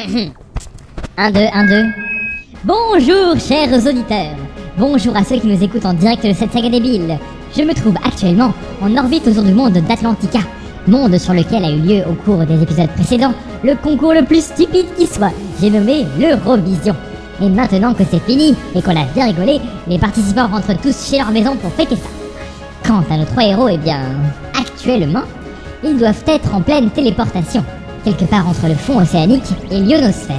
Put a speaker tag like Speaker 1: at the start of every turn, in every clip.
Speaker 1: 1, 2, 1, 2. Bonjour, chers auditeurs. Bonjour à ceux qui nous écoutent en direct de cette saga débile. Je me trouve actuellement en orbite autour du monde d'Atlantica, monde sur lequel a eu lieu au cours des épisodes précédents le concours le plus stupide qui soit. J'ai nommé l'Eurovision. Et maintenant que c'est fini et qu'on a bien rigolé, les participants rentrent tous chez leur maison pour fêter ça. Quant à nos trois héros, eh bien, actuellement, ils doivent être en pleine téléportation, quelque part entre le fond océanique et l'ionosphère.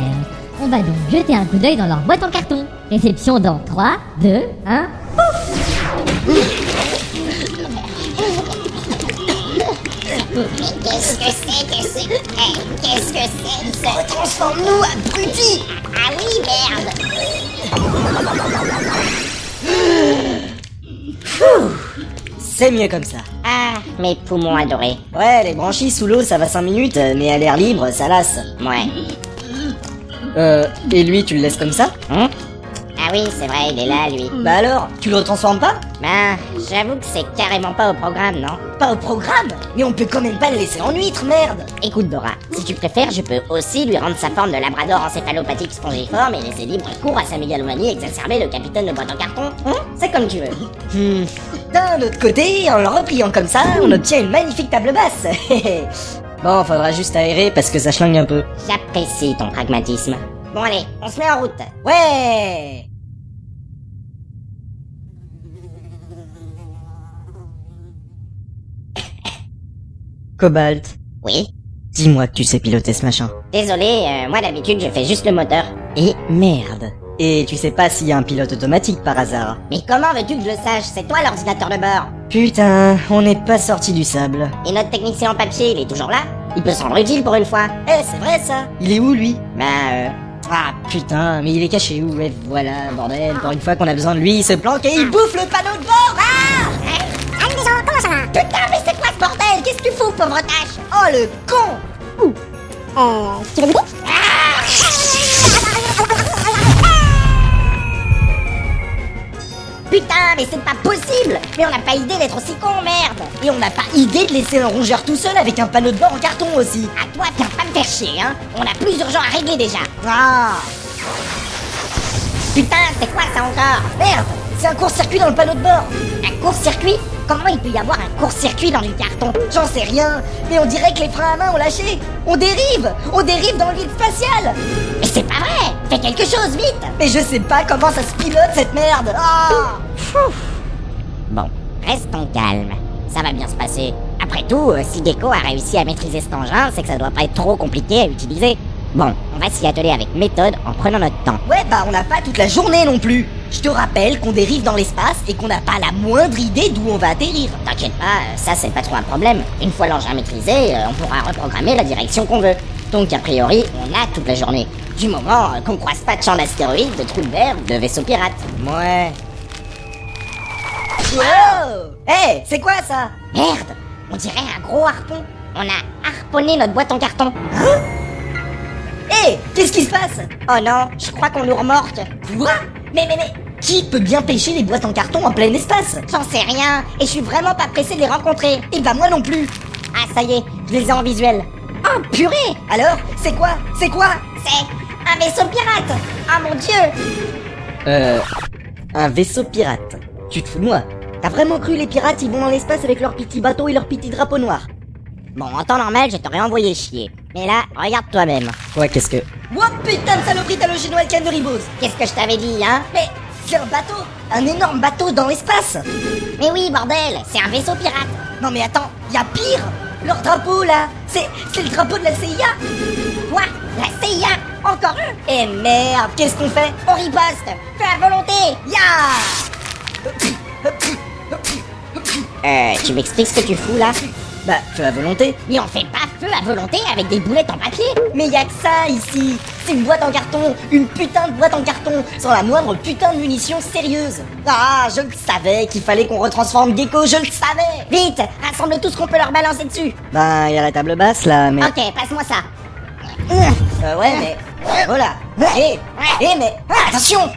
Speaker 1: On va donc jeter un coup d'œil dans leur boîte en carton. Réception dans 3, 2, 1.
Speaker 2: Qu'est-ce que c'est que ce... Eh, Qu'est-ce que c'est que Transforme-nous, abruti Ah oui, merde
Speaker 3: C'est mieux comme ça.
Speaker 2: Ah, mes poumons adorés.
Speaker 3: Ouais, les branchies sous l'eau, ça va 5 minutes, euh, mais à l'air libre, ça lasse.
Speaker 2: Ouais.
Speaker 3: Euh, et lui, tu le laisses comme ça
Speaker 2: Hein ah oui, c'est vrai, il est là, lui.
Speaker 3: Bah alors, tu le retransformes pas
Speaker 2: Ben, j'avoue que c'est carrément pas au programme, non
Speaker 3: Pas au programme Mais on peut quand même pas le laisser en huître, merde
Speaker 2: Écoute, Dora, si tu préfères, je peux aussi lui rendre sa forme de labrador encéphalopathique spongiforme et laisser libre cours à sa mégalomanie exacerbée le capitaine de boîte en carton. Hein c'est comme tu veux.
Speaker 3: Hmm. D'un autre côté, en le repliant comme ça, on obtient une magnifique table basse Bon, faudra juste aérer parce que ça chlingue un peu.
Speaker 2: J'apprécie ton pragmatisme. Bon allez, on se met en route.
Speaker 3: Ouais Cobalt,
Speaker 2: Oui.
Speaker 3: dis-moi que tu sais piloter ce machin.
Speaker 2: Désolé, euh, moi d'habitude je fais juste le moteur.
Speaker 3: Et merde. Et tu sais pas s'il y a un pilote automatique par hasard.
Speaker 2: Mais comment veux-tu que je le sache C'est toi l'ordinateur de bord.
Speaker 3: Putain, on n'est pas sorti du sable.
Speaker 2: Et notre technicien en papier, il est toujours là Il peut se rendre utile pour une fois. Eh, c'est vrai ça
Speaker 3: Il est où lui
Speaker 2: Bah euh... Ah,
Speaker 3: Putain, mais il est caché où Ouais, voilà, bordel. Pour une fois qu'on a besoin de lui, il se planque et il bouffe le panneau de bord. Ah
Speaker 2: Allez les gens, Eh, comment ça va Putain, mais c'est quoi ce bordel Qu'est-ce que tu fous, pauvre tâche
Speaker 3: Oh le con
Speaker 2: Euh... Tu veux goûter Ah Putain, mais c'est pas possible Mais on n'a pas idée d'être aussi con, merde
Speaker 3: Et on n'a pas idée de laisser un rongeur tout seul avec un panneau de bord en carton aussi.
Speaker 2: À toi, viens pas me faire chier, hein On a plus urgent à régler déjà Oh
Speaker 3: Ah
Speaker 2: Putain, c'est quoi ça encore
Speaker 3: Merde C'est un court-circuit dans le panneau de bord.
Speaker 2: Un court-circuit Comment il peut y avoir un court-circuit dans du carton
Speaker 3: J'en sais rien, mais on dirait que les freins à main ont lâché. On dérive On dérive dans le vide spatial
Speaker 2: Mais c'est pas vrai Fais quelque chose, vite
Speaker 3: Mais je sais pas comment ça se pilote cette merde. Ah
Speaker 2: Bon, restons calmes. Ça va bien se passer. Après tout, euh, si Gecko a réussi à maîtriser cet engin, c'est que ça doit pas être trop compliqué à utiliser. Bon, on va s'y atteler avec méthode en prenant notre temps.
Speaker 3: Ouais, bah on n'a pas toute la journée non plus. Je te rappelle qu'on dérive dans l'espace et qu'on n'a pas la moindre idée d'où on va atterrir.
Speaker 2: T'inquiète pas, euh, ça c'est pas trop un problème. Une fois l'engin maîtrisé, euh, on pourra reprogrammer la direction qu'on veut. Donc a priori, on a toute la journée. Du moment euh, qu'on croise pas de champs d'astéroïdes, de trous de verre, de vaisseaux pirates.
Speaker 3: Ouais. Wow Eh, c'est quoi ça
Speaker 2: Merde On dirait un gros harpon. On a harponné notre boîte en carton.
Speaker 3: Eh, qu'est-ce qui se passe
Speaker 2: Oh non, je crois qu'on nous remorque.
Speaker 3: Quoi Mais mais mais qui peut bien pêcher les boîtes en carton en plein espace
Speaker 2: J'en sais rien, et je suis vraiment pas pressé de les rencontrer.
Speaker 3: Eh bah moi non plus.
Speaker 2: Ah ça y est, je les ai en visuel. Oh purée
Speaker 3: Alors, c'est quoi C'est quoi
Speaker 2: C'est un vaisseau pirate Ah mon dieu
Speaker 3: Euh un vaisseau pirate. Tu te fous de moi T'as vraiment cru les pirates ils vont dans l'espace avec leurs petits bateaux et leurs petits drapeaux noirs
Speaker 2: Bon, en temps normal, je t'aurais envoyé chier. Mais là, regarde toi-même.
Speaker 3: Ouais, qu'est-ce que Oh putain de saloperie d'halogénoïde canne de ribose
Speaker 2: Qu'est-ce que je t'avais dit, hein
Speaker 3: Mais Eh, c'est un bateau Un énorme bateau dans l'espace
Speaker 2: Mais oui, bordel, c'est un vaisseau pirate.
Speaker 3: Non mais attends, y a pire Leur drapeau là C'est c'est le drapeau de la CIA
Speaker 2: Quoi La CIA Encore un
Speaker 3: Eh merde, qu'est-ce qu'on fait Ah
Speaker 2: On riposte Fais à volonté
Speaker 3: Ya
Speaker 2: Euh, tu m'expliques ce que tu fous, là
Speaker 3: Bah, feu à volonté
Speaker 2: Mais on fait pas feu à volonté avec des boulettes en papier
Speaker 3: Mais y a que ça ici C'est une boîte en carton Une putain de boîte en carton Sans la moindre putain de munition sérieuse Ah, je le savais qu'il fallait qu'on retransforme Gecko, je le savais
Speaker 2: Vite Rassemble tout ce qu'on peut leur balancer dessus
Speaker 3: Bah, y a la table basse là, mais...
Speaker 2: Ok, passe-moi ça. Hum,
Speaker 3: Ah, Euh, ouais, mais... Voilà Eh Eh, mais... Attention ben,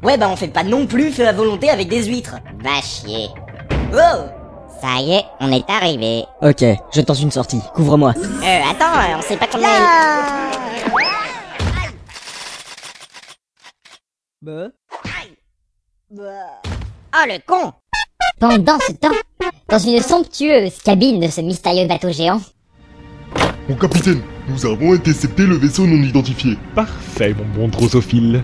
Speaker 3: Ouais, bah on fait pas non plus feu à volonté avec des huîtres
Speaker 2: Va chier.
Speaker 3: Oh
Speaker 2: Ça y est, on est arrivé.
Speaker 4: Ok, je tente une sortie. Couvre-moi.
Speaker 2: Euh, attends, euh, on sait pas combien... Oh, Bah. le con
Speaker 1: Pendant ce temps, dans une somptueuse cabine de ce mystérieux bateau géant,
Speaker 5: Mon capitaine, nous avons intercepté le vaisseau non identifié.
Speaker 6: Parfait, mon bon drosophile.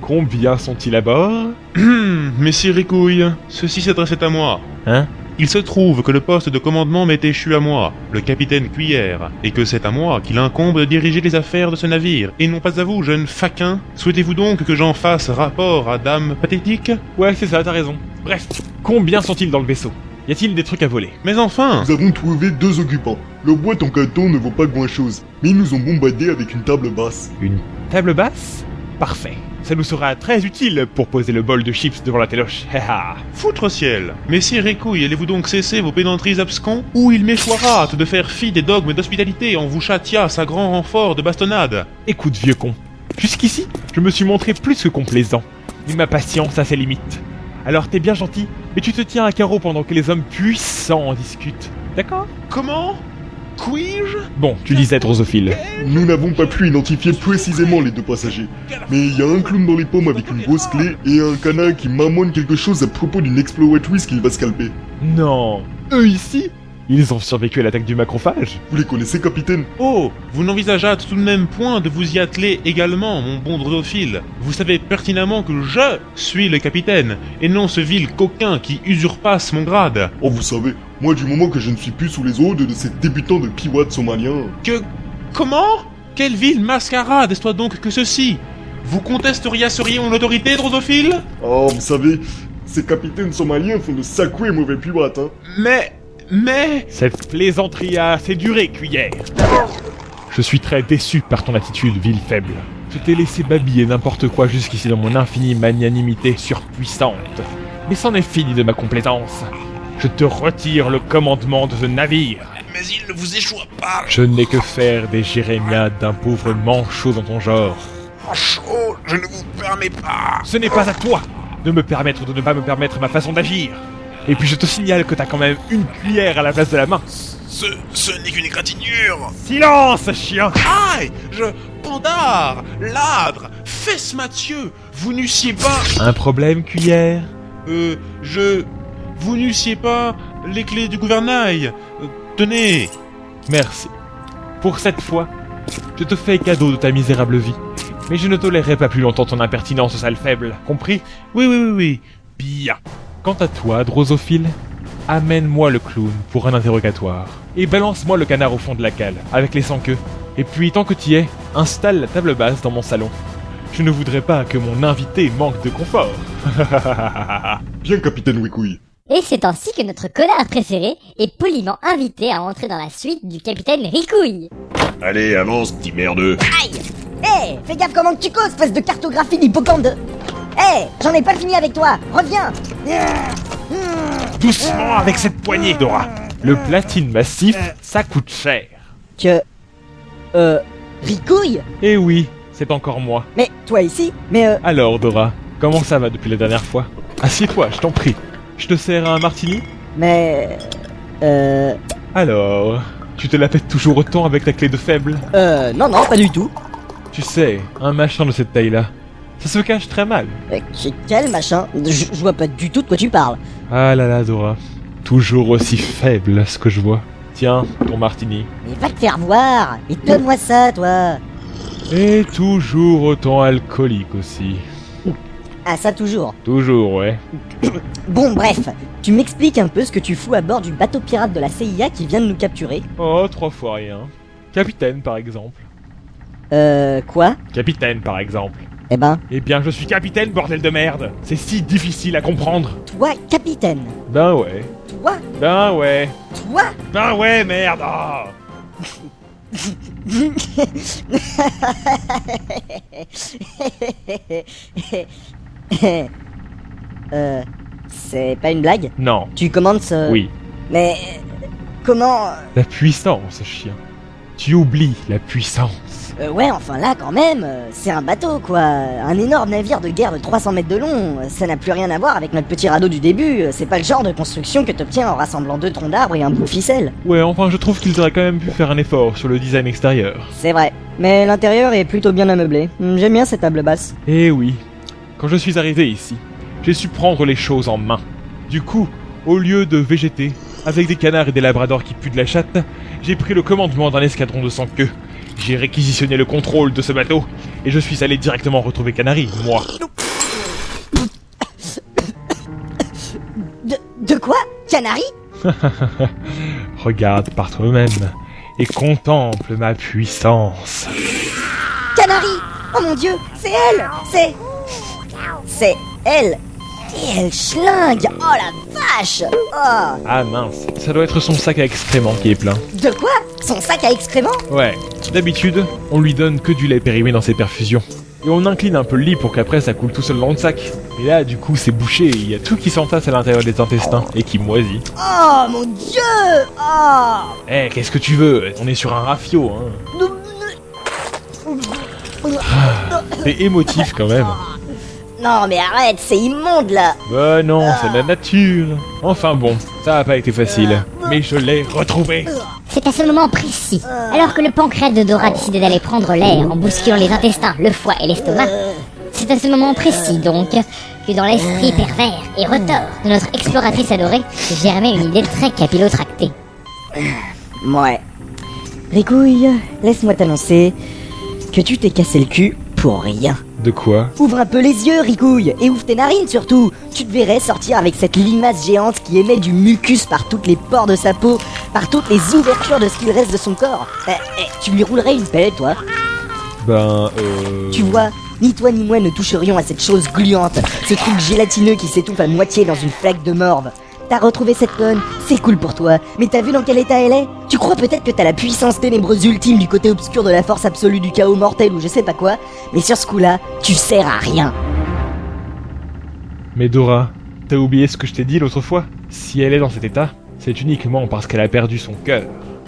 Speaker 6: Combien sont-ils à bord
Speaker 7: Hum, messieurs Ricouille, ceci s'adressait à moi. Hein Il se trouve que le poste de commandement m'est échu à moi, le capitaine Cuillère, et que c'est à moi qu'il incombe de diriger les affaires de ce navire, et non pas à vous, jeune faquin. Souhaitez-vous donc que j'en fasse rapport à dame pathétique
Speaker 6: Ouais, c'est ça, t'as raison. Bref, combien sont-ils dans le vaisseau Y a-t-il des trucs à voler
Speaker 7: Mais enfin
Speaker 5: Nous avons trouvé deux occupants. Leur boîte en carton ne vaut pas grand-chose, mais ils nous ont bombardé avec une table basse.
Speaker 6: Une table basse Parfait. Ça nous sera très utile pour poser le bol de chips devant la téloche. Haha.
Speaker 7: Foutre ciel Messieurs Ricouille, allez-vous donc cesser vos pédanteries abscons Ou il m'échoira de faire fi des dogmes d'hospitalité en vous châtia sa grand renfort de bastonnade
Speaker 6: Écoute, vieux con. Jusqu'ici, je me suis montré plus que complaisant. Mais ma patience a ses limites. Alors t'es bien gentil, mais tu te tiens à carreau pendant que les hommes puissants en discutent. D'accord
Speaker 7: Comment Couis-je
Speaker 6: Bon, tu disais drosophile.
Speaker 5: Nous n'avons pas pu identifier précisément les deux passagers, mais il y a un clown dans les pommes avec une grosse clé et un canard qui marmonne quelque chose à propos d'une exploratrice qu'il va scalper.
Speaker 6: Non, eux ici Ils ont survécu à l'attaque du macrophage
Speaker 5: Vous les connaissez, capitaine
Speaker 7: Oh, vous n'envisageâtes tout de même point de vous y atteler également, mon bon drosophile. Vous savez pertinemment que je suis le capitaine, et non ce vil coquin qui usurpasse mon grade.
Speaker 5: Oh, vous savez, moi, du moment que je ne suis plus sous les ordres de ces débutants de pirates somaliens,
Speaker 7: Que... Comment Quelle vil mascarade est-ce toi donc que ceci Vous contesteriez seriez mon autorité, drosophile
Speaker 5: Oh, vous savez, ces capitaines somaliens font de sacrés mauvais pirates, hein.
Speaker 7: Mais... Mais...
Speaker 6: Cette plaisanterie a assez duré, cuillère Je suis très déçu par ton attitude, ville faible. Je t'ai laissé babiller n'importe quoi jusqu'ici dans mon infinie magnanimité surpuissante. Mais c'en est fini de ma complaisance. Je te retire le commandement de ce navire.
Speaker 7: Mais il ne vous échoue pas
Speaker 6: Je n'ai que faire des jérémiades d'un pauvre manchot dans ton genre.
Speaker 7: chaud, je ne vous permets pas
Speaker 6: Ce n'est pas à toi de me permettre ou de ne pas me permettre ma façon d'agir. Et puis je te signale que t'as quand même une cuillère à la place de la main.
Speaker 7: Ce... ce n'est qu'une égratignure
Speaker 6: Silence, chien
Speaker 7: Aïe Je... Pandard Ladre Fesse Mathieu Vous n'eussiez pas...
Speaker 6: Un problème, cuillère
Speaker 7: Euh... Je... Vous n'eussiez pas les clés du gouvernail Euh, Tenez
Speaker 6: Merci. Pour cette fois, je te fais cadeau de ta misérable vie. Mais je ne tolérerai pas plus longtemps ton impertinence, sale faible. Compris
Speaker 7: Oui, oui, oui, oui.
Speaker 6: Bien. Quant à toi, drosophile, amène-moi le clown pour un interrogatoire. Et balance-moi le canard au fond de la cale, avec les sans queues. Et puis, tant que tu y es, installe la table basse dans mon salon. Je ne voudrais pas que mon invité manque de confort.
Speaker 5: Bien, capitaine Wikouille.
Speaker 1: et c'est ainsi que notre connard préféré est poliment invité à entrer dans la suite du capitaine Ricouille.
Speaker 8: Allez, avance, petit merdeux.
Speaker 3: Hé, Eh, fais gaffe comment tu causes, espèce de cartographie d'hippocampe Hé, j'en ai pas fini avec toi, reviens
Speaker 6: Doucement avec cette poignée, Dora. Le platine massif, ça coûte cher.
Speaker 4: Que... Euh...
Speaker 3: Ricouille
Speaker 6: Eh oui, c'est encore moi.
Speaker 4: Mais toi ici Mais euh...
Speaker 6: Alors, Dora, comment ça va depuis la dernière fois Assieds-toi, je t'en prie. Je te sers un martini
Speaker 4: Mais... Euh...
Speaker 6: Alors, tu te la pètes toujours autant avec ta clé de faible
Speaker 4: Euh... Non, non, pas du tout.
Speaker 6: Tu sais, un machin de cette taille-là, ça se cache très mal.
Speaker 4: Euh, qu- quel machin je, je vois pas du tout de quoi tu parles.
Speaker 6: Ah là là, Dora, toujours aussi faible, ce que je vois. Tiens, ton martini.
Speaker 3: Mais va te faire voir Et donne-moi ça, toi
Speaker 6: Et toujours autant alcoolique aussi.
Speaker 3: Ah, ça toujours.
Speaker 6: Toujours, ouais.
Speaker 3: Bon, bref, tu m'expliques un peu ce que tu fous à bord du bateau pirate de la CIA qui vient de nous capturer.
Speaker 6: Oh, trois fois rien. Capitaine, par exemple.
Speaker 4: Euh... Quoi
Speaker 6: Capitaine, par exemple.
Speaker 4: Eh ben,
Speaker 6: Eh bien, je suis capitaine, bordel de merde C'est si difficile à comprendre
Speaker 3: Toi, capitaine
Speaker 6: Ben ouais.
Speaker 3: Toi
Speaker 6: Ben ouais.
Speaker 3: Toi
Speaker 6: Ben ouais, merde ah
Speaker 4: euh... C'est pas une blague
Speaker 6: Non.
Speaker 3: Euh.
Speaker 4: Tu commandes ce...
Speaker 6: Oui.
Speaker 4: Mais... euh, Comment...
Speaker 6: La puissance, chien. Tu oublies la puissance.
Speaker 3: Euh, ouais, enfin là quand même, euh, c'est un bateau quoi. Un énorme navire de guerre de 300 mètres de long. Euh, Ça n'a plus rien à voir avec notre petit radeau du début. Euh, C'est pas le genre de construction que t'obtiens en rassemblant deux troncs d'arbres et un bout de ficelle.
Speaker 6: Ouais, enfin, je trouve qu'ils auraient quand même pu faire un effort sur le design extérieur.
Speaker 3: C'est vrai. Mais l'intérieur est plutôt bien ameublé. Hmm, J'aime bien cette table basse.
Speaker 6: Eh oui, quand je suis arrivé ici, j'ai su prendre les choses en main. Du coup, au lieu de végéter, avec des canards et des labradors qui puent de la chatte, j'ai pris le commandement d'un escadron de sans queue. J'ai réquisitionné le contrôle de ce bateau, et je suis allé directement retrouver Canary, moi.
Speaker 3: De, de quoi Canari
Speaker 6: Regarde par toi-même, et contemple ma puissance.
Speaker 3: Canari Oh mon dieu, c'est elle C'est. C'est elle Et elle schlingue Oh la vache Oh
Speaker 6: Ah mince, ça doit être son sac à excréments qui est plein.
Speaker 3: De quoi Son sac à excréments
Speaker 6: Ouais. D'habitude, on lui donne que du lait périmé dans ses perfusions. Et on incline un peu le lit pour qu'après ça coule tout seul dans le sac. Mais là, du coup, c'est bouché, il y a tout qui s'entasse à l'intérieur des intestins et qui moisit.
Speaker 3: Oh mon dieu Oh
Speaker 6: Eh, qu'est-ce que tu veux On est sur un rafio, hein. C'est Ah, émotif quand même.
Speaker 3: Non mais arrête, c'est immonde là
Speaker 6: Bah non, c'est la nature. Enfin bon, ça a pas été facile. Mais je l'ai retrouvé.
Speaker 1: C'est à ce moment précis, alors que le pancréas de Dora décidait d'aller prendre l'air en bousculant les intestins, le foie et l'estomac, c'est à ce moment précis donc que dans l'esprit pervers et retors de notre exploratrice adorée germait une idée très capillotractée.
Speaker 3: Ouais. Ricouille, laisse-moi t'annoncer que tu t'es cassé le cul pour rien.
Speaker 6: De quoi
Speaker 3: Ouvre un peu les yeux, Ricouille, et ouvre tes narines surtout. Tu te verrais sortir avec cette limace géante qui émet du mucus par toutes les pores de sa peau, par toutes les ouvertures de ce qu'il reste de son corps. Eh, eh, tu lui roulerais une pelle, toi.
Speaker 6: Ben euh.
Speaker 3: Tu vois, ni toi ni moi ne toucherions à cette chose gluante, ce truc gélatineux qui s'étouffe à moitié dans une flaque de morve. T'as retrouvé cette conne, c'est cool pour toi, mais t'as vu dans quel état elle est Tu crois peut-être que t'as la puissance ténébreuse ultime du côté obscur de la force absolue du chaos mortel ou je sais pas quoi, mais sur ce coup-là, tu sers à rien.
Speaker 6: Mais Dora, t'as oublié ce que je t'ai dit l'autre fois Si elle est dans cet état, c'est uniquement parce qu'elle a perdu son cœur.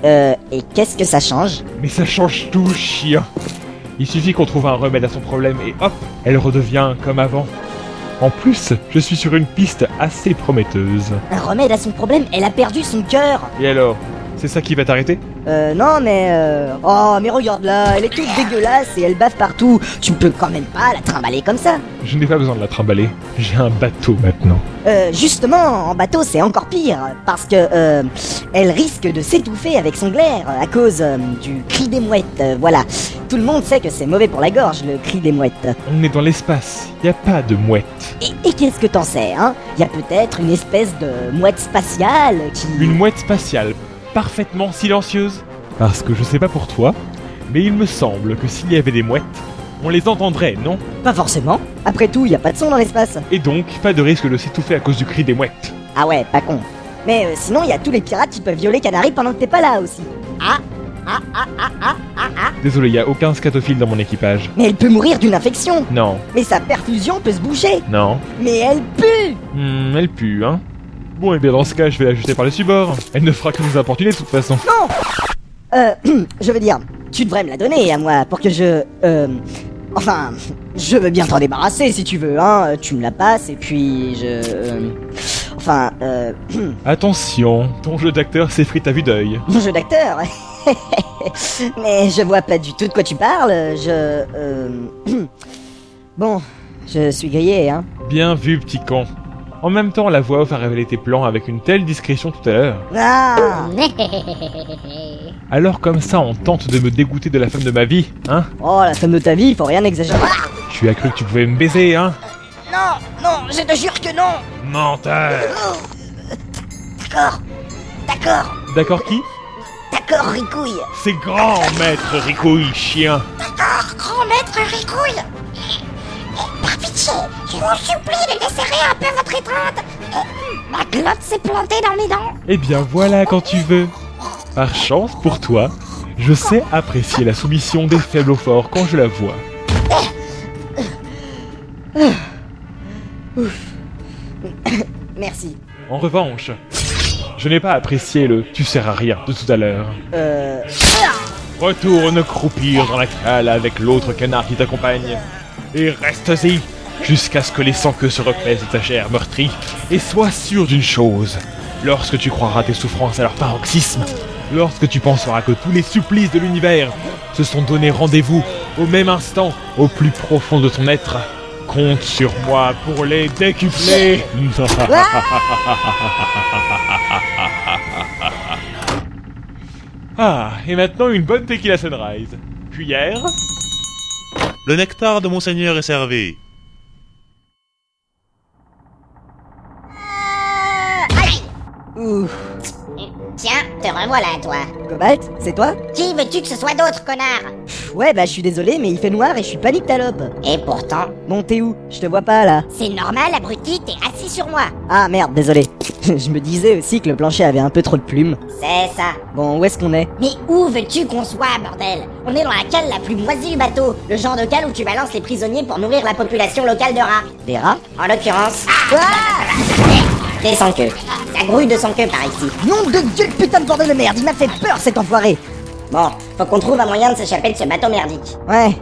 Speaker 3: Euh, et qu'est-ce que ça change
Speaker 6: Mais ça change tout, chien Il suffit qu'on trouve un remède à son problème et hop, elle redevient comme avant. En plus, je suis sur une piste assez prometteuse.
Speaker 3: Un remède à son problème, elle a perdu son cœur
Speaker 6: Et alors C'est ça qui va t'arrêter
Speaker 3: Euh, non, mais euh... Oh, mais regarde là, elle est toute dégueulasse et elle bave partout. Tu peux quand même pas la trimballer comme ça.
Speaker 6: Je n'ai pas besoin de la trimballer. J'ai un bateau maintenant.
Speaker 3: Euh, justement, en bateau, c'est encore pire, parce que euh, elle risque de s'étouffer avec son glaire à cause euh, du cri des mouettes. euh, voilà, tout le monde sait que c'est mauvais pour la gorge, le cri des mouettes.
Speaker 6: On est dans l'espace. Y a pas de mouette.
Speaker 3: Et, et qu'est-ce que t'en sais, hein Il y a peut-être une espèce de mouette spatiale qui.
Speaker 6: Une mouette spatiale, parfaitement silencieuse. Parce que je sais pas pour toi, mais il me semble que s'il y avait des mouettes, on les entendrait, non
Speaker 3: Pas forcément. Après tout, il y a pas de son dans l'espace.
Speaker 6: Et donc, pas de risque de s'étouffer à cause du cri des mouettes.
Speaker 3: Ah ouais, pas con. Mais euh, sinon, il y a tous les pirates qui peuvent violer Canary pendant que t'es pas là aussi.
Speaker 6: Désolé, y a aucun scatophile dans mon équipage.
Speaker 3: Mais elle peut mourir d'une infection.
Speaker 6: Non,
Speaker 3: Mais sa perfusion peut se boucher.
Speaker 6: non.
Speaker 3: Mais elle pue.
Speaker 6: Hmm, elle pue, hein. Bon, et bien dans ce cas, je vais l'ajuster par le subord. Elle ne fera que nous importuner de toute façon.
Speaker 3: Non Euh, je veux dire, tu devrais me la donner à moi pour que je... Euh... Enfin, je veux bien t'en débarrasser si tu veux, hein. Tu me la passes et puis je... euh, Enfin, euh...
Speaker 6: Attention, ton jeu d'acteur s'effrite à vue d'œil.
Speaker 3: Mon jeu d'acteur Mais je vois pas du tout de quoi tu parles, je... Euh... Bon, je suis grillé, hein.
Speaker 6: Bien vu, petit con. En même temps, la voix off a révélé tes plans avec une telle discrétion tout à l'heure.
Speaker 3: Ah
Speaker 6: Alors comme ça, on tente de me dégoûter de la femme de ma vie, hein
Speaker 3: Oh, la femme de ta vie, faut rien exagérer. Ah
Speaker 6: Tu as cru que tu pouvais me baiser, hein
Speaker 3: non, non, je te jure que non
Speaker 6: Menteur
Speaker 3: D'accord, d'accord,
Speaker 6: D'accord qui
Speaker 3: d'accord, Ricouille
Speaker 6: C'est grand, maître Ricouille, chien
Speaker 3: D'accord, grand maître Ricouille Par pitié, je vous supplie de desserrer un peu votre étreinte Ma glotte s'est plantée dans mes dents
Speaker 6: Eh bien voilà quand tu veux. Par chance pour toi, je sais apprécier la soumission des faibles aux forts quand je la vois.
Speaker 3: Merci.
Speaker 6: En revanche, je n'ai pas apprécié le tu sers à rien de tout à l'heure.
Speaker 3: Euh...
Speaker 6: Retourne croupir dans la cale avec l'autre canard qui t'accompagne. Et reste-y jusqu'à ce que les sans queues se repaissent de ta chair meurtrie. Et sois sûr d'une chose. Lorsque tu croiras tes souffrances à leur paroxysme, lorsque tu penseras que tous les supplices de l'univers se sont donnés rendez-vous au même instant, au plus profond de ton être, compte sur moi pour les décupler. Ah, et maintenant une bonne tequila sunrise. Cuillère
Speaker 7: Le nectar de Monseigneur est servi.
Speaker 3: Ouh.
Speaker 2: Euh, Tiens, te revoilà, toi.
Speaker 3: Cobalt, c'est toi
Speaker 2: Qui veux-tu que ce soit d'autre, connard
Speaker 3: Pff, Ouais, bah je suis désolé, mais il fait noir et je suis panique talope.
Speaker 2: Et pourtant,
Speaker 3: Bon, t'es où Je te vois pas là.
Speaker 2: c'est normal, abruti, t'es assis sur moi.
Speaker 3: Ah merde, désolé. je me disais aussi que le plancher avait un peu trop de plumes.
Speaker 2: C'est ça.
Speaker 3: Bon, où est-ce qu'on est
Speaker 2: Mais où veux-tu qu'on soit, bordel On est dans la cale la plus moisie du bateau, le genre de cale où tu balances les prisonniers pour nourrir la population locale de rats.
Speaker 3: Des rats
Speaker 2: En l'occurrence... T'es sans queue. Ça grouille de sans queue par ici.
Speaker 3: Nom de Dieu, le putain de bordel de merde, il m'a fait peur cet enfoiré
Speaker 2: Bon, faut qu'on trouve un moyen de s'échapper de ce bateau merdique.
Speaker 3: Ouais,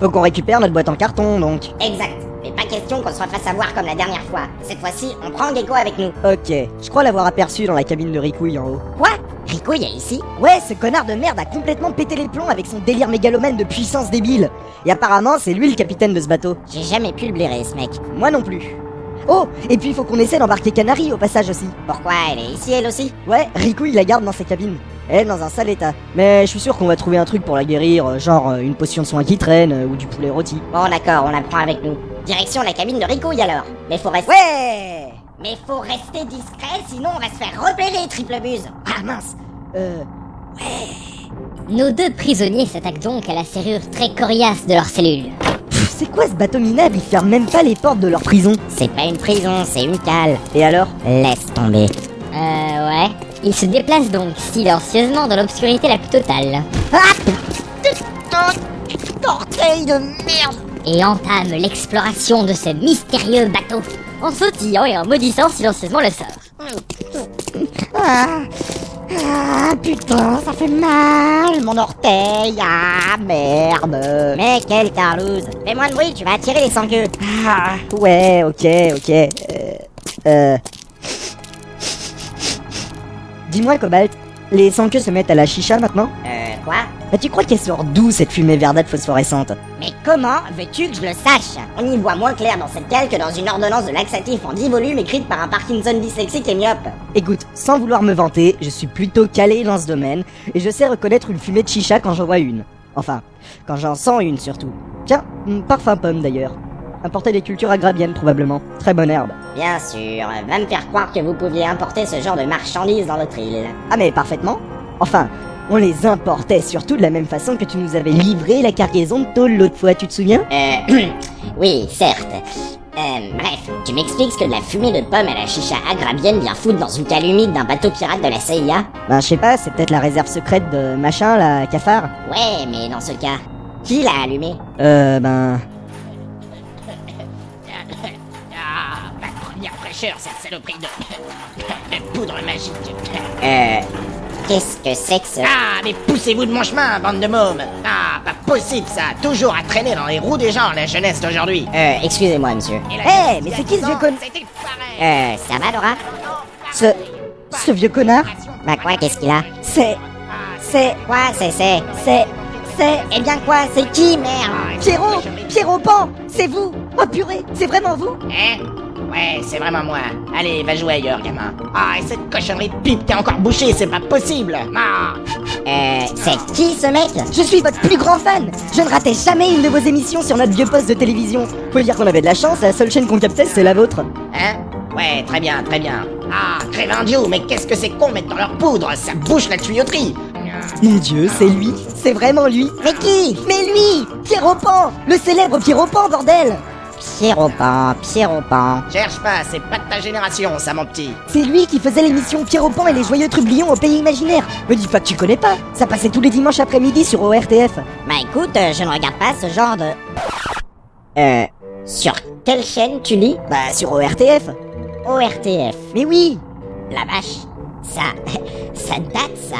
Speaker 3: faut qu'on récupère notre boîte en carton donc.
Speaker 2: Exact. Mais pas question qu'on se refasse avoir comme la dernière fois. Cette fois-ci, on prend Gecko avec nous.
Speaker 3: Ok, je crois l'avoir aperçu dans la cabine de Ricouille en haut.
Speaker 2: Quoi Ricouille est ici
Speaker 3: Ouais, ce connard de merde a complètement pété les plombs avec son délire mégalomane de puissance débile. Et apparemment, c'est lui le capitaine de ce bateau.
Speaker 2: J'ai jamais pu le blairer, ce mec.
Speaker 3: Moi non plus. Oh, et puis il faut qu'on essaie d'embarquer Canary au passage aussi.
Speaker 2: Pourquoi elle est ici, elle aussi
Speaker 3: Ouais, Riku il la garde dans sa cabine. Elle est dans un sale état. Mais je suis sûr qu'on va trouver un truc pour la guérir, euh, genre euh, une potion de soin qui traîne euh, ou du poulet rôti.
Speaker 2: Bon, d'accord, on la prend avec nous. Direction la cabine de Ricouille alors. Mais faut rester.
Speaker 3: Ouais
Speaker 2: Mais faut rester discret, sinon on va se faire repérer, triple buse.
Speaker 3: Ah mince Euh.
Speaker 1: Nos deux prisonniers s'attaquent donc à la serrure très coriace de leur cellule.
Speaker 3: pff, C'est quoi ce bateau minable Il ferme même pas les portes de leur prison.
Speaker 2: C'est pas une prison, c'est une cale.
Speaker 3: Et alors
Speaker 2: Laisse tomber.
Speaker 1: Euh, ouais. Ils se déplacent donc silencieusement dans l'obscurité la plus totale.
Speaker 3: Portail de merde
Speaker 1: et entame l'exploration de ce mystérieux bateau en sautillant et en maudissant silencieusement le sort.
Speaker 3: Ah putain, ça fait mal Mon orteil Ah euh, merde
Speaker 2: Mais quelle tarlouse Fais-moi de bruit, tu vas attirer les sans-queues
Speaker 3: Ouais, ok, ok. Euh. euh. Dis-moi, Cobalt, les sans-queues se mettent à la chicha maintenant
Speaker 2: Euh, quoi
Speaker 3: Bah, tu crois qu'elle sort d'où cette fumée verdâtre phosphorescente
Speaker 2: Mais comment veux-tu que je le sache On y voit moins clair dans cette cale que dans une ordonnance de laxatif en 10 volumes écrite par un Parkinson dyslexique et myope.
Speaker 3: Écoute, sans vouloir me vanter, je suis plutôt calé dans ce domaine et je sais reconnaître une fumée de chicha quand j'en vois une. Enfin, quand j'en sens une surtout. Tiens, hum, parfum pomme d'ailleurs. Importé des cultures agrabiennes probablement. Très bonne herbe.
Speaker 2: Bien sûr, va me faire croire que vous pouviez importer ce genre de marchandises dans notre île.
Speaker 3: Ah mais parfaitement. Enfin, on les importait surtout de la même façon que tu nous avais livré la cargaison de tôle l'autre fois, tu te souviens
Speaker 2: Euh, oui, certes. Euh, bref, tu m'expliques ce que de la fumée de pommes à la chicha agrabienne vient foutre dans une cale humide d'un bateau pirate de la CIA
Speaker 3: Ben je sais pas, c'est peut-être la réserve secrète de machin là, cafard.
Speaker 2: Ouais, mais dans ce cas, qui l'a allumé
Speaker 3: Euh ben...
Speaker 9: Ah, ma première fraîcheur, cette saloperie de... de poudre magique.
Speaker 2: Euh, qu'est-ce que c'est que ce...
Speaker 9: Ah, mais poussez-vous de mon chemin, bande de mômes Ah, pas possible ça Toujours à traîner dans les roues des gens, la jeunesse d'aujourd'hui
Speaker 2: Euh, excusez-moi, monsieur.
Speaker 9: Eh,
Speaker 3: Eh, mais c'est qui ce vieux con-
Speaker 9: C'était pareil
Speaker 2: Euh, ça va, Laura
Speaker 3: Eh, Ce... Ce vieux connard
Speaker 2: Bah quoi, qu'est-ce qu'il a
Speaker 3: C'est...
Speaker 2: C'est... Quoi, c'est, c'est
Speaker 3: C'est... C'est...
Speaker 2: Eh bien quoi, c'est qui, merde
Speaker 3: Pierrot Pierrot Pan C'est vous Oh purée, c'est vraiment vous
Speaker 9: Hein Ouais, c'est vraiment moi. Allez, va jouer ailleurs, gamin. Ah, et cette cochonnerie de pipe, t'es encore bouché, c'est pas possible Ah
Speaker 2: Euh, c'est qui, ce mec
Speaker 3: Je suis votre plus grand fan Je ne ratais jamais une de vos émissions sur notre vieux poste de télévision. Vous pouvez dire qu'on avait de la chance, la seule chaîne qu'on captait, c'est la vôtre.
Speaker 9: Hein Ouais, très bien, très bien. Ah, Grévindio, mais qu'est-ce que c'est qu'on met dans leur poudre Ça bouche la tuyauterie
Speaker 3: Mon dieu, c'est lui C'est vraiment lui Mais qui Mais lui Pierrot Pan Le célèbre Pierrot Pan, bordel
Speaker 2: Pierrot Pan, Pierrot Pan.
Speaker 9: Cherche pas, c'est pas de ta génération, ça, mon petit.
Speaker 3: C'est lui qui faisait l'émission Pierrot Pan et les joyeux trublions au pays imaginaire Me dis pas que tu connais pas Ça passait tous les dimanches après-midi sur ORTF
Speaker 2: Bah écoute, euh, je ne regarde pas ce genre de... Euh... Sur quelle chaîne tu lis
Speaker 3: Bah, sur ORTF
Speaker 2: ORTF.
Speaker 3: Mais oui
Speaker 2: La vache. ça, ça date ça.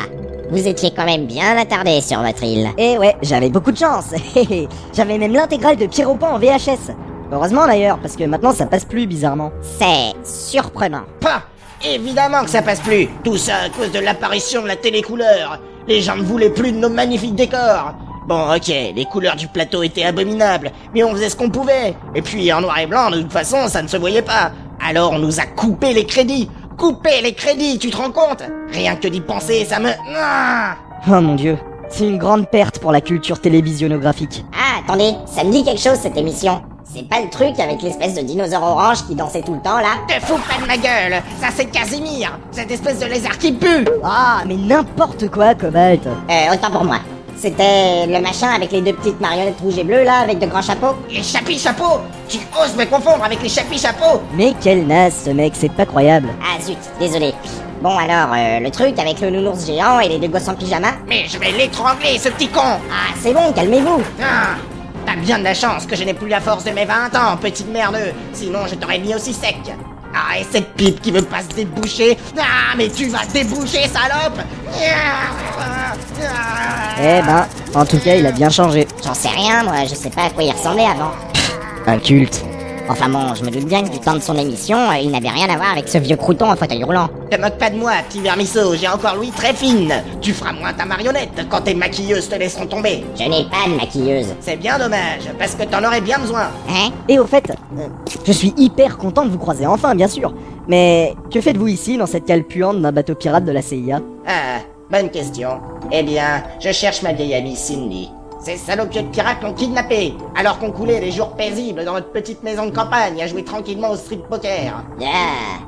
Speaker 2: Vous étiez quand même bien attardé sur votre île.
Speaker 3: Eh ouais, j'avais beaucoup de chance. Hé, hé. j'avais même l'intégrale de Pierrot Pan en VHS. Heureusement d'ailleurs, parce que maintenant ça passe plus bizarrement.
Speaker 2: C'est surprenant.
Speaker 9: Pas Évidemment que ça passe plus Tout ça à cause de l'apparition de la télécouleur Les gens ne voulaient plus de nos magnifiques décors Bon, ok, les couleurs du plateau étaient abominables, mais on faisait ce qu'on pouvait Et puis, en noir et blanc, de toute façon, ça ne se voyait pas Alors on nous a coupé les crédits Coupé les crédits, tu te rends compte Rien que d'y penser, ça me... Ah
Speaker 3: Oh mon dieu, c'est une grande perte pour la culture télévisionographique.
Speaker 2: Ah, attendez, ça me dit quelque chose cette émission. C'est pas le truc avec l'espèce de dinosaure orange qui dansait tout le temps là
Speaker 9: Te fous pas de ma gueule Ça c'est Casimir Cette espèce de lézard qui pue
Speaker 3: Ah, mais n'importe quoi, Cobalt
Speaker 2: Euh, autant pour moi. C'était le machin avec les deux petites marionnettes rouges et bleues là, avec de grands chapeaux
Speaker 9: Les chapis chapeaux Tu oses me confondre avec les chapis chapeaux
Speaker 3: Mais quel naze ce mec, c'est pas croyable.
Speaker 2: Ah zut, désolé. Bon alors, euh, le truc avec le nounours géant et les deux gosses en pyjama
Speaker 9: Mais je vais l'étrangler, ce petit con
Speaker 2: Ah, c'est bon, calmez-vous
Speaker 9: Ah, T'as bien de la chance que je n'ai plus la force de mes 20 ans, petite merde Sinon je t'aurais mis aussi sec Ah, et cette pipe qui veut pas se déboucher Ah, mais tu vas déboucher, salope Ah,
Speaker 3: Eh ben, en tout cas, il a bien changé.
Speaker 2: J'en sais rien, moi, je sais pas à quoi il ressemblait avant.
Speaker 3: Un culte.
Speaker 2: Enfin bon, je me doute bien que du temps de son émission, euh, il n'avait rien à voir avec ce vieux crouton en fauteuil roulant.
Speaker 9: Te moque pas de moi, petit vermisseau, j'ai encore l'ouïe très fine Tu feras moins ta marionnette quand tes maquilleuses te laisseront tomber
Speaker 2: Je n'ai pas de maquilleuse.
Speaker 9: C'est bien dommage, parce que t'en aurais bien besoin
Speaker 2: Hein
Speaker 3: Et au fait, euh, je suis hyper content de vous croiser enfin, bien sûr. Mais que faites-vous ici dans cette cale puante d'un bateau pirate de la CIA
Speaker 9: Ah, bonne question. Eh bien, je cherche ma vieille amie Cindy. Ces salopieux de pirates l'ont kidnappée, alors qu'on coulait les jours paisibles dans notre petite maison de campagne à jouer tranquillement au strip poker.
Speaker 2: Yeah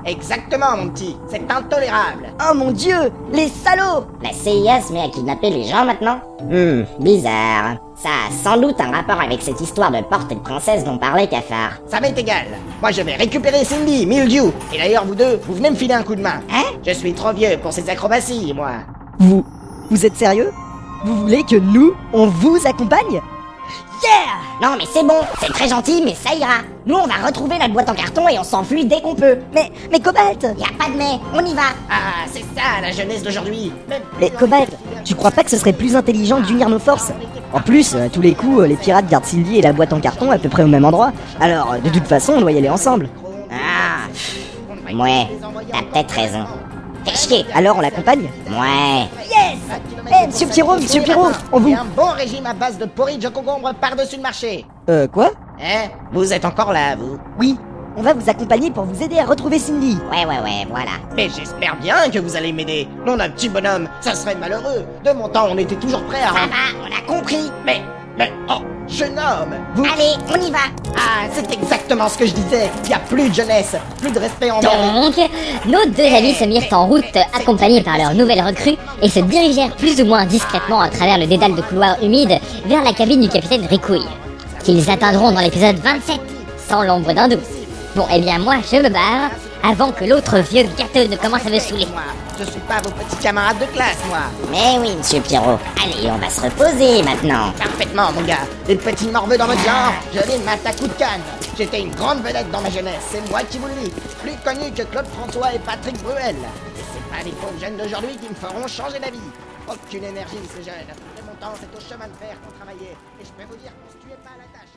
Speaker 9: Exactement, mon petit, c'est intolérable.
Speaker 3: Oh mon dieu, les salauds
Speaker 2: La CIA se met à kidnapper les gens maintenant Hmm, bizarre. Ça a sans doute un rapport avec cette histoire de porte et de princesse dont parlait Cafard.
Speaker 9: Ça m'est égal. Moi, je vais récupérer Cindy, Mildew. Et d'ailleurs, vous deux, vous venez me filer un coup de main.
Speaker 2: Hein
Speaker 9: Je suis trop vieux pour ces acrobaties, moi.
Speaker 3: Vous, vous êtes sérieux Vous voulez que nous, on vous accompagne
Speaker 2: Yeah Non mais c'est bon, c'est très gentil, mais ça ira. Nous, on va retrouver notre boîte en carton et on s'enfuit dès qu'on peut.
Speaker 3: Mais, mais Cobalt
Speaker 2: Y a pas de mais, on y va
Speaker 9: Ah, c'est ça, la jeunesse d'aujourd'hui. Même plus
Speaker 3: Mais
Speaker 9: envie
Speaker 3: Cobalt,
Speaker 9: de-
Speaker 3: tu crois pas que ce serait plus intelligent d'unir nos forces En plus, à tous les coups, euh, les pirates gardent Cindy et la boîte en carton à peu près au même endroit. Alors, euh, de toute façon, on doit y aller ensemble.
Speaker 2: Ah, ouais, t'as peut-être raison. Fais chier
Speaker 3: Alors, on l'accompagne
Speaker 2: Ouais,
Speaker 9: Yes
Speaker 3: Eh, Monsieur Pierrot, Monsieur Pierrot, on vous-
Speaker 9: Et un bon régime à base de porridge de concombre par-dessus le marché.
Speaker 3: Euh, quoi
Speaker 9: Hein Vous êtes encore là, vous
Speaker 3: Oui, on va vous accompagner pour vous aider à retrouver Cindy.
Speaker 2: ouais, ouais, ouais, voilà.
Speaker 9: Mais j'espère bien que vous allez m'aider. Non, d'un petit bonhomme, ça serait malheureux. De mon temps, on était toujours prêts à...
Speaker 2: Ça va, Bah, on a compris
Speaker 9: Mais, mais, oh, jeune homme vous...
Speaker 2: Allez, on y va
Speaker 9: Ah, c'est exactement ce que je disais. Il a plus de jeunesse, plus de respect envers... les-
Speaker 1: Donc, nos deux amis se mirent en route, accompagnés par leur nouvelle recrue, et se dirigèrent plus ou moins discrètement à travers le dédale de couloirs humides vers la cabine du capitaine Ricouille, qu'ils atteindront dans l'épisode 27, sans l'ombre d'un doute. Bon, eh bien moi, je me barre, avant que l'autre vieux gâteux ne commence à me saouler.
Speaker 9: Moi, je suis pas vos petits camarades de classe, moi.
Speaker 2: Mais oui, monsieur Pierrot. Allez, on va se reposer maintenant.
Speaker 9: Parfaitement, mon gars. Ah. Des petits morveux dans votre genre, je les mate à coups de canne. J'étais une grande vedette dans ma jeunesse, c'est moi qui vous le dis. Plus connu que Claude François et Patrick Bruel. Et c'est pas les pauvres jeunes d'aujourd'hui qui me feront changer d'avis. Aucune énergie, ces jeunes. De mon temps, c'est au chemin de fer qu'on travaillait. Et je peux vous dire qu'on se tuait pas à la tâche.